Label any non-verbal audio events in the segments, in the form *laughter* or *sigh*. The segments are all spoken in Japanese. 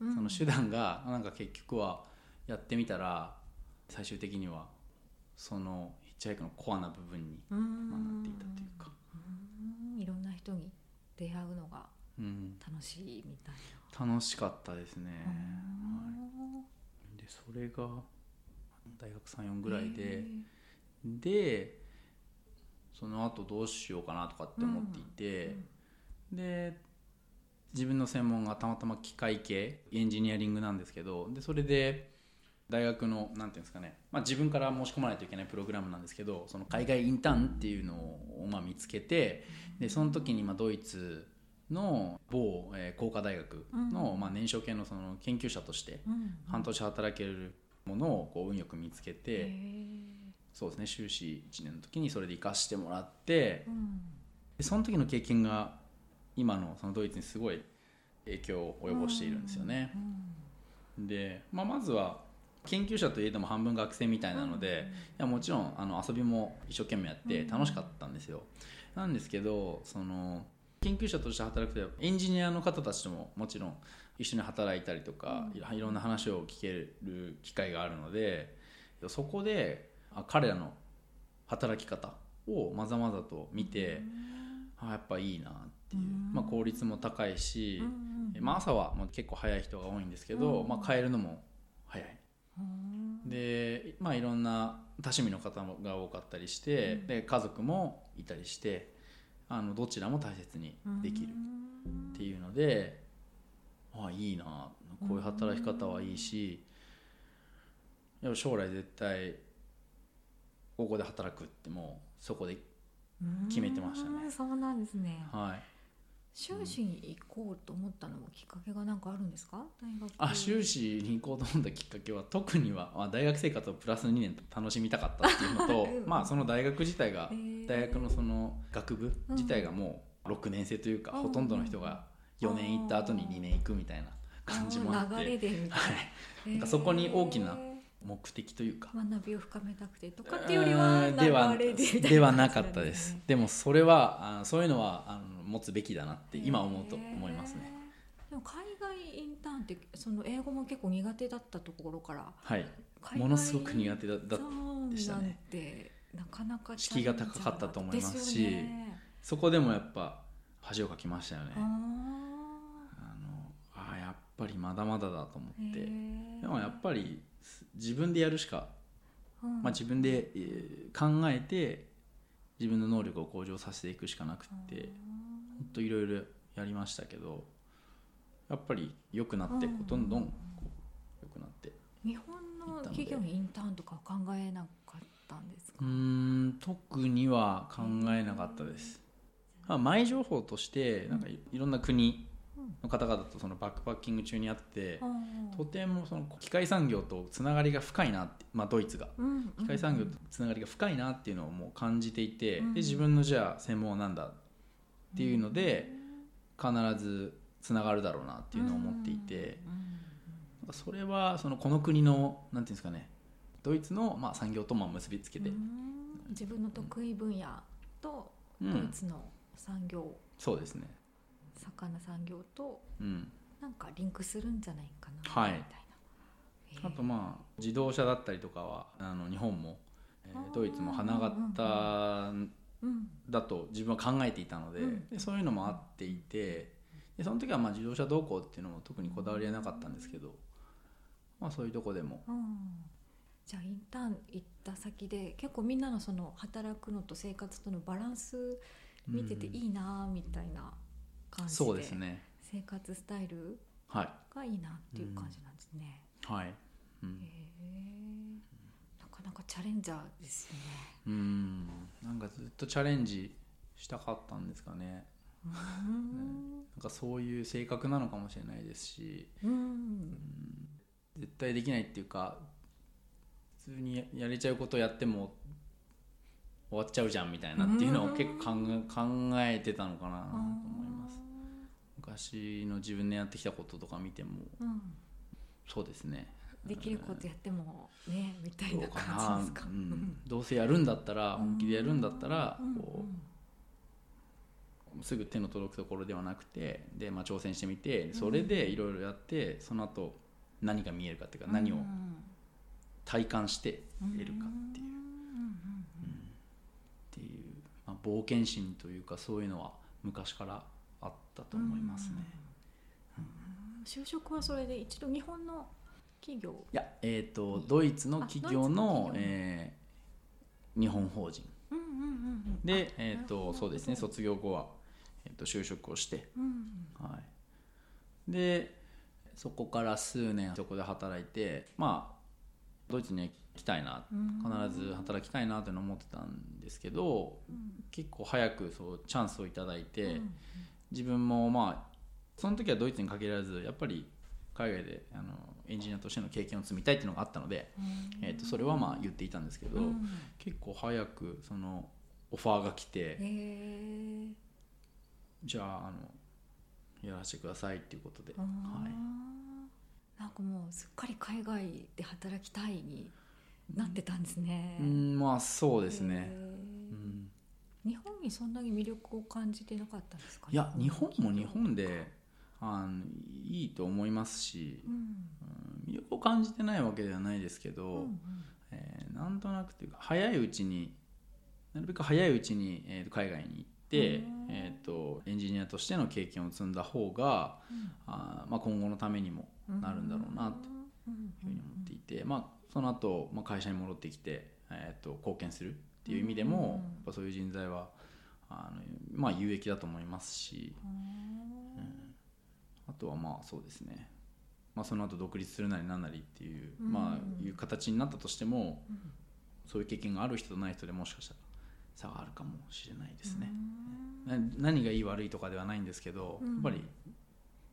うんその手段がなんか結局はやってみたら最終的にはそのヒッチハイクのコアな部分にまあなっていたというか、うんうんいろんな人に出会うのがうん、楽しいみたい楽しかったですね。な、はい、でそれが大学34ぐらいへででその後どうしようかなとかって思っていて。えで自分の専門がたまたま機械系エンジニアリングなんですけどでそれで大学のなんていうんですかね、まあ、自分から申し込まないといけないプログラムなんですけどその海外インターンっていうのをまあ見つけてでその時にまあドイツの某えー工科大学のまあ燃焼系のその研究者としてうんうん半年働けるものをこう運よく見つけへてえそうですね修士1年の時にそれで生かしてもらってうんでその時の経験が今のそのドイツにすごい影響を及ぼしているんですよね。うんで、まあ、まずは研究者といえども半分学生みたいなので、いやもちろんあの遊びも一生懸命やって楽しかったんですよ。なんですけどその研究者として働くとエンジニアの方たちとももちろん一緒に働いたりとか、いろいろんな話を聞ける機会があるのでそこであ彼らの働き方をまざまざと見て。あやっぱいいなっていう、うんまあ、効率も高いし、えまあ、朝はもう結構早い人が多いんですけど、うんまあ、帰るのも早いで、まあ、いろんな多趣味の方が多かったりして、うんで家族もいたりしてあのどちらも大切にできるっていうので、ああいいなこういう働き方はいいし、やっぱ将来絶対ここで働くってもうそこで、決めてましたねうんそうなんですねはい、修士に行こうと思ったのもきっかけが何かあるんですか大学あ修士に行こうと思ったきっかけは特にはまあ大学生活をプラス2年楽しみたかったっていうのと *laughs* うんまあその大学自体がへー大学のその学部自体がもう6年生というか、うんほとんどの人が4年行った後に2年行くみたいな感じもあってー流れでみたいはない、なんかそこに大きなへー目的というか。学びを深めたくてとかっていうよりはうんでは流れでみたいなではなかったですでもそれはあそういうのはあの持つべきだなってへー今思うと思いますねでも海外インターンってその英語も結構苦手だったところからはい海外ものすごく苦手だだそうでしたねなんてなかなか敷居が高かったと思いますしですよねそこでもやっぱ恥をかきましたよねああのあーやっぱりまだまだだと思ーって、へーでもやっぱりす自分でやるしか、うんまあ、自分で、えー考えて自分の能力を向上させていくしかなくって、ほんといろいろやりましたけどやっぱり良くなって、うんどんどんこう良くなって日本の企業のインターンとかは考えなかったんですかうーん特には考えなかったです、まあ、前情報としてなんかいいろんな国の方々とそのバックパッキング中にあって、うんとてもその機械産業とつながりが深いなって、まあ、ドイツがうん機械産業とつながりが深いなっていうのをもう感じていて、うんで自分のじゃあ専門は何だっていうので、必ずつながるだろうなっていうのを思っていて、なんかそれはそのこの国のなんていうんですかねドイツのまあ産業とも結びつけうんうて、ん自分の得意分野とうんドイツの産業そうですね、魚産業とうん、なんかリンクするんじゃないかなみたはいいな、えーあとまあ自動車だったりとかはあの日本も、えーあードイツも花形うんだと自分は考えていたので,、うんでそういうのもあっていてでその時はまあ自動車動向っていうのも特にこだわりはなかったんですけど、まあ、そういうとこでもうんじゃあインターン行った先で結構みんなのその働くのと生活とのバランス見ててうんいいなみたいな感じで,、そうですね生活スタイルはいがいいなっていう感じなんですね、はいうんへえなかなかチャレンジャーですねうんなんかずっとチャレンジしたかったんですかねうんなんかそういう性格なのかもしれないですしうん絶対できないっていうか普通にやれちゃうことやっても終わっちゃうじゃんみたいなっていうのを結構考え考えてたのかなと思います昔の自分でやってきたこととか見てもうんそうですねできることやってもねみたいどなうかな感じですかうん、どうせやるんだったら本気でやるんだったらうんこすぐ手の届くところではなくてで、まあ、挑戦してみてそれでいろいろやって、その後何が見えるかっていうか何を体感して得るかっていう,、うっていうまあ、冒険心というかそういうのは昔からあったと思いますね。ん就職はそれで一度日本の企業いや、えー、とドイツの企業のあドイツの企業えー日本法人うんうんうんうんで、えー、なるほとどそうですね卒業後は、えー、と就職をして、うんはい、でそこから数年そこで働いてまあドイツに行きたいなうん必ず働きたいなというのを思ってたんですけど、結構早くそうチャンスをいただいて、うん自分もまあその時はドイツに限らずやっぱり海外であのエンジニアとしての経験を積みたいっていうのがあったので、えー、とそれはまあ言っていたんですけど、うん結構早くそのオファーが来て、へえじゃああのやらせてくださいっていうことで、あーはい、なんかもうすっかり海外で働きたいになってたんですね。うんまあそうですへね、ーうん、日本にそんなに魅力を感じてなかったんですか、いや日本も日本であのいいと思いますしう、ん、うん、魅力を感じてないわけではないですけど、うんうんえーなんとなくというか早いうちになるべく早いうちに、えー海外に行ってうん、えー、とエンジニアとしての経験を積んだ方があー、まあ、今後のためにもうんなるんだろうなとうんいうふうに思っていて、まあ、その後、まあ会社に戻ってきて、えー、と貢献するっていう意味でも、うんやっぱそういう人材はあの、まあ、有益だと思いますし、うんうんあとはまあそうですね、まあ、その後独立するなりなんなりっていう,、うんまあ、いう形になったとしてもうんそういう経験がある人とない人でもしかしたら差があるかもしれないですね。うんな何がいい悪いとかではないんですけど、うんやっぱり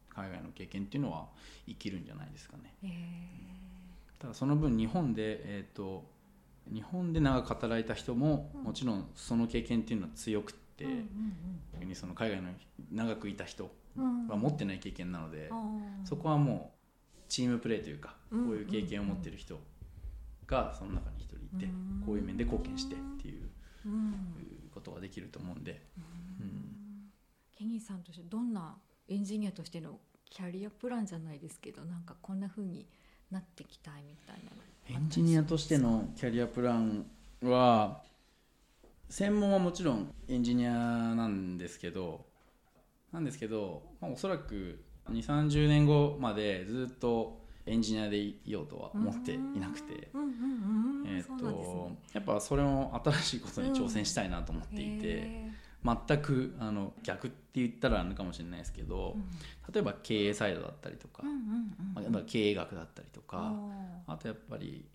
海外の経験っていうのは生きるんじゃないですかね。へただその分日本で、えー、と日本で長く働いた人も、うんもちろんその経験っていうのは強くって、ーうん逆にその海外の長くいた人うんうんは持ってない経験なので、あーそこはもうチームプレーというか、うんこういう経験を持ってる人がその中に一人いて、うんこういう面で貢献してっていううんことができると思うんで、うんケニーさんとしてどんなエンジニアとしてのキャリアプランじゃないですけどなんかこんな風になってきたいみたいなのエンジニアとしてのキャリアプランは専門はもちろんエンジニアなんですけどなんですけど、まあ、おそらく2 3 0年後までずっとエンジニアでいようとは思っていなくて、うんうんうんうんえーそうっなとんですねやっぱそれも新しいことに挑戦したいなと思っていて、へ全くあの逆って言ったらあるかもしれないですけーどうん例えば経営サイドだったりとか、うんうんまあうだんから経営学だったりとか。ああとやっぱり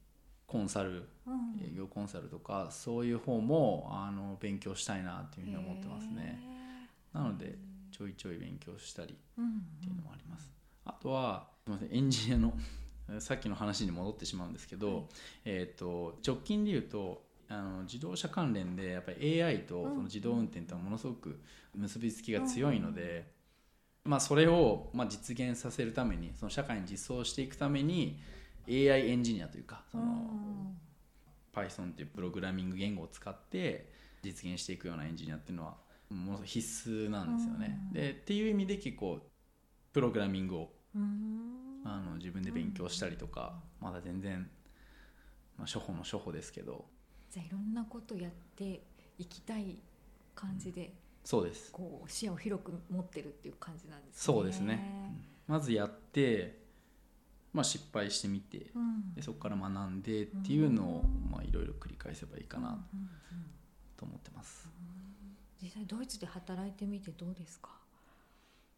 コンサルーうん営業コンサルとかそういう方もあの勉強したいなっていうふうに思ってますねなのでちょいちょい勉強したりっへーうんうんていうのもありますあとはすいませんエンジニアのさっきの *laughs* 話に戻ってしまうんですけど、はいえー、と直近で言うとあの自動車関連でやっぱり AI とうんその自動運転とはものすごく結びつきが強いので、まあ、それをまあ実現させるためにその社会に実装していくために AI エンジニアというかその、Python っていうプログラミング言語を使って実現していくようなエンジニアっていうのはものすごい必須なんですよね。うんでっていう意味で結構プログラミングをうんうんあの自分で勉強したりとか、まだ全然、まあ、初歩の初歩ですけどじゃあいろんなことやっていきたい感じでそうですこう視野を広く持ってるっていう感じなんですねそうですね。うんまずやって、まあ、失敗してみてうんでそこから学んでっていうのをうんまあいろいろ繰り返せばいいかなうんうんうんと思ってます。実際ドイツで働いてみてどうですか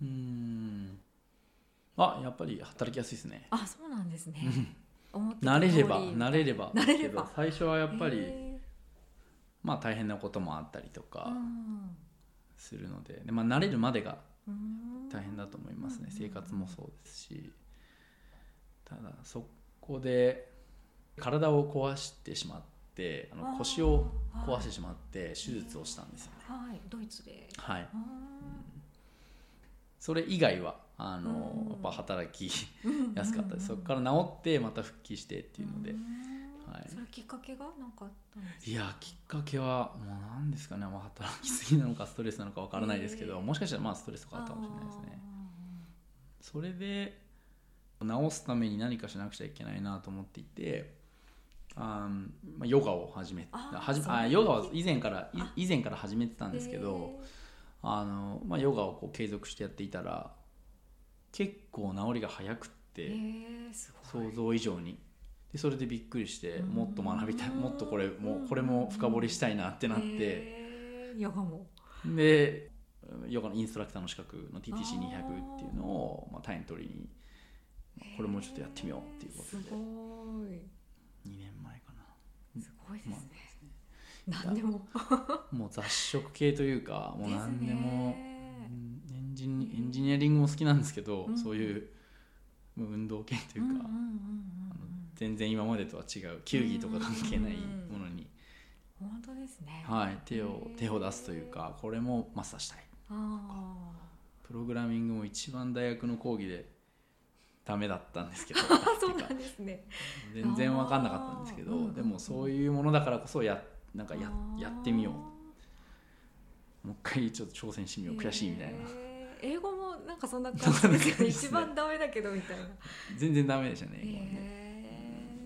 うんあやっぱり働きやすいですね。あそうなんですね思ってた慣通りれれば慣れれば慣れればけど最初はやっぱり、へまあ大変なこともあったりとーうかんするので,、でまあ、慣れるまでがうん大変だと思いますね、うん生活もそうですしただそこで体を壊してしまってああーの腰を壊してしまって手術をしたんですよねはいドイツではいあそれ以外はあの、うんやっぱ働きーやすかったです、うんそこから治ってまた復帰してっていうので、うんははいそれきっかけがなんかあったんですかいやきっかけはもう何ですかね、まあ、働きすぎなのかストレスなのかわからないですけど、ええもしかしたらまあストレスとかあったかもしれないですねそれで治すために何かしなくちゃいけないなと思っていてあーまあ、ヨガを始めあーはじそうあヨガは以前からいあ以前から始めてたなんですけど、あのまあ、ヨガをこう継続してやっていたら結構治りが早くって、えーえーすごい想像以上にでそれでびっくりしてうんもっと学びたいもっとこれうもんこれも深掘りしたいなってなってえーヨガもでヨガのインストラクターの資格の TTC200 あーっていうのをまあ、タイに取りにまあこれもちょっとやってみようっていうこえとーですごい2年前かすごいですな、ねまあ、何でももう雑食系というかもう何でもねうんエンジニエンジニアリングも好きなんですけど、うんそういうもう運動系というか、んんんあのん全然今までとは違う球技とか関係ないうんものにうん本当ですねはい、手をへー手を出すというかこれもマスターしたいあプログラミングも一番大学の講義でダメだったんですけどーそうてなかんですね全然分かんなかったんですけあーうんうんうどんでもそういうものだからこそやなんかやあーやってみようもう一回ちょっと挑戦してみよう悔しいみたいなへー英語もなんかそんな感じですよそんな感じねですね一番ダメだけどみたいな全然ダメでしたねへ今ね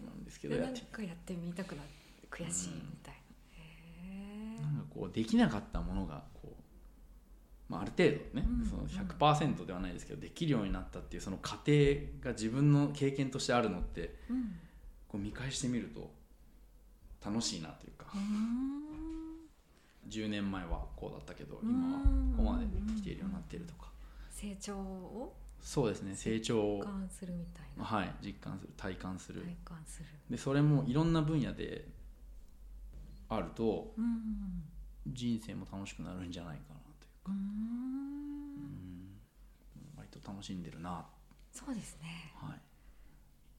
えなんですけどやっ何てかやってみたくなる悔しいみたいなへみなんかこうできなかったものがこう、まあ、ある程度ねうんその100%ではないですけどできるようになったっていうその過程が自分の経験としてあるのってえうんこう見返してみると楽しいなというかうーん10年前はこうだったけどうん今はここまで来ているようになってるとか成長をそうですね成長を実、感するみたいなはい、実感する体感する体感するでそれもいろんな分野であるとうん人生も楽しくなるんじゃないかなうーといううんん割と楽しんでるなそうですねはい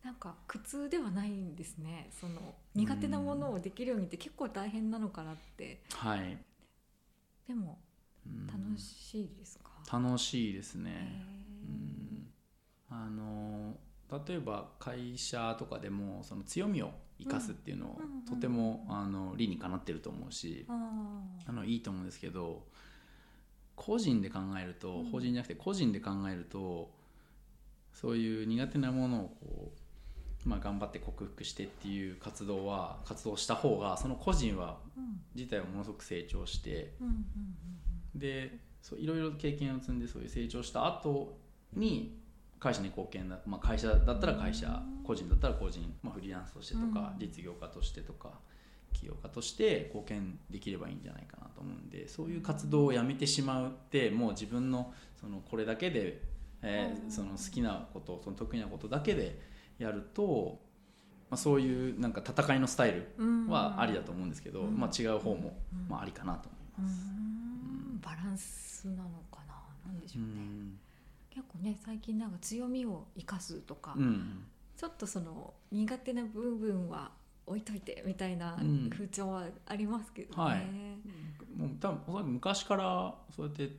なんか苦痛ではないんですねその苦手なものをできるようにって結構大変なのかなってはいでもうん楽しいですか、楽しいですねへうーんあの例えば会社とかでもその強みを生かすっていうのをうんうんうんとてもあの理にかなってると思うしああーのいいと思うんですけど個人で考えるとうん法人じゃなくて個人で考えるとそういう苦手なものをこう、まあ、頑張って克服してっていう活動は活動した方がその個人はうん自体はものすごく成長してうんうんうんでそういろいろ経験を積んでそういう成長した後に会社に貢献だ、まあ、会社だったら会社うん個人だったら個人、まあ、フリーランスとしてとかうん実業家としてとか起業家として貢献できればいいんじゃないかなと思うんでそういう活動をやめてしまうってもう自分のそのこれだけで、えーうんその好きなことその得意なことだけでやると、まあ、そういうなんか戦いのスタイルうんうんはありだと思うんですけど、うんまあ、違う方もうんまあありかなとうー思います。んバランスなのかななんでしょうね、うん結構ね最近なんか強みを生かすとか、うんちょっとその苦手な部分は置いといてみたいなうん風潮はありますけどね、はいもう多分おそらく昔からそうやって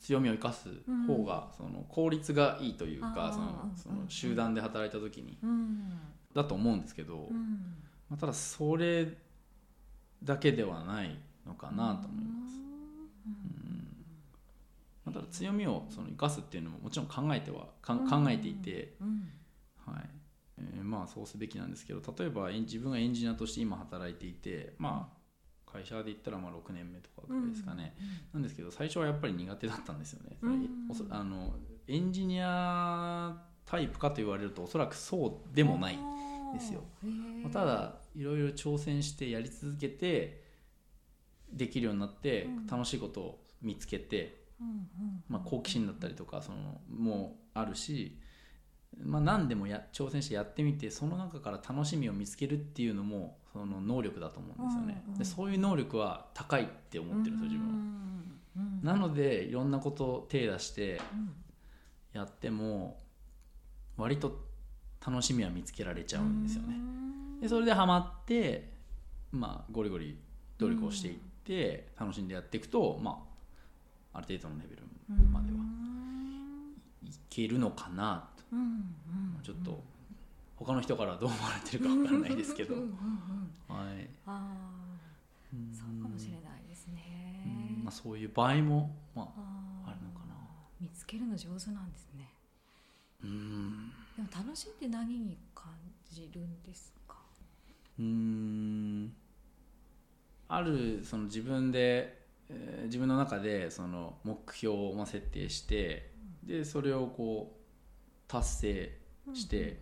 強みを生かす方がその効率がいいというか、あーそうんのうんその集団で働いた時にうんだと思うんですけど、うんまあ、ただそれだけではないのかなと思います。うんまあ、ただ強みをその生かすっていうのももちろん考えてはかん考えていて、うんうんはいえーまあそうすべきなんですけど例えばエン自分がエンジニアとして今働いていてまあ会社で言ったらまあ6年目とかぐらいですかね、なんですけど最初はやっぱり苦手だったんですよね、うんおそあのエンジニアタイプかと言われるとおそらくそうでもない、ですよあーへーただいろいろ挑戦してやり続けてできるようになってうん楽しいことを見つけて、うんうんうんまあ、好奇心だったりとかそのもうあるし、まあ、何でもや挑戦してやってみてその中から楽しみを見つけるっていうのもその能力だと思うんですよね、うんうんでそういう能力は高いって思ってるんですよ自分は。うんうんうんなのでいろんなことを手出してうんやっても割と楽しみは見つけられちゃうんですよね。うんでそれでハマってまあゴリゴリ努力をしていって楽しんでやっていくとまあある程度のレベルまではうんいけるのかなとうんうんちょっと他の人からどう思われてるかわからないですけどうんう *laughs* はんうんいあんあそうかもしれないですねうんまあ、そういう場合もまああーあるのかな見つけるの上手なんですねうんでも楽しんで何に感じるんですかうんあるその自分で、えー自分の中でその目標をまあ設定してでそれをこう達成して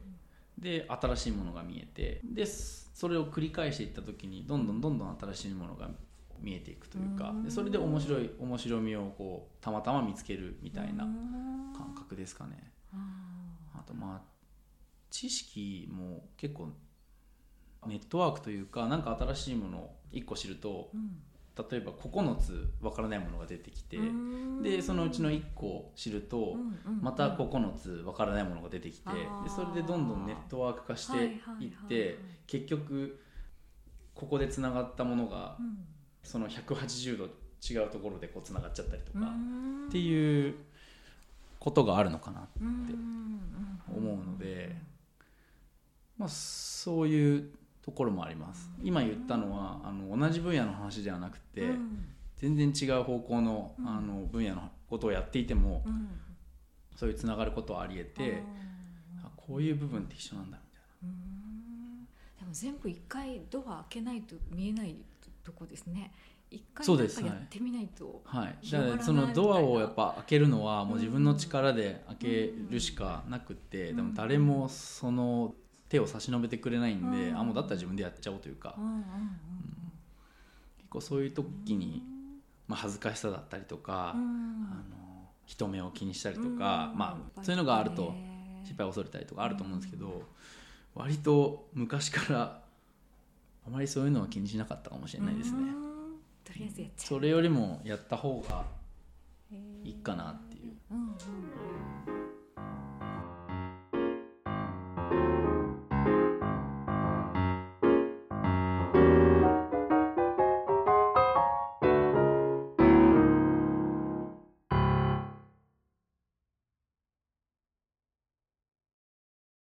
で新しいものが見えてでそれを繰り返していった時にどんどんどんどん新しいものが見えていくというかうんでそれで面白い面白みをこうたまたま見つけるみみたいな感覚ですかね。あとまあ知識も結構ネットワークというか何か新しいものを1個知ると例えば9つわからないものが出てきてでそのうちの1個知るとまた9つわからないものが出てきてあでーそれでどんどんネットワーク化していっはいはいはいはいて結局ここでつながったものがその180度違うところでこうつながっちゃったりとかってういうことがあるのかなって思うので、まあ、そういうところもあります今言ったのはあの同じ分野の話ではなくて、全然違う方向のうんあの分野のことをやっていても、そういうつながることはありえて、あこういう部分って一緒なんだみたいなうんでも全部一回ドア開けないと見えないとこですね一回そうなでんすかやってみないとはい、広がらなだいからそのドアみたいをなやっぱ開けるのはもう自分の力で開けるしかなくて、うんでも誰もその手を差し伸べてくれないんで、うんあもうだったら自分でやっちゃおうというか、うんうんうん結構そういう時に、うんまあ、恥ずかしさだったりとか、うんあの人目を気にしたりとか、うんやっまぱあ、りそういうのがあるとね失敗を恐れたりとかあると思うんですけど、割と昔からあまりそういうのは気にしなかったかもしれないですうね。んとりあえずやっちゃうそれよりもやった方がへーいいかなっていう。うんうん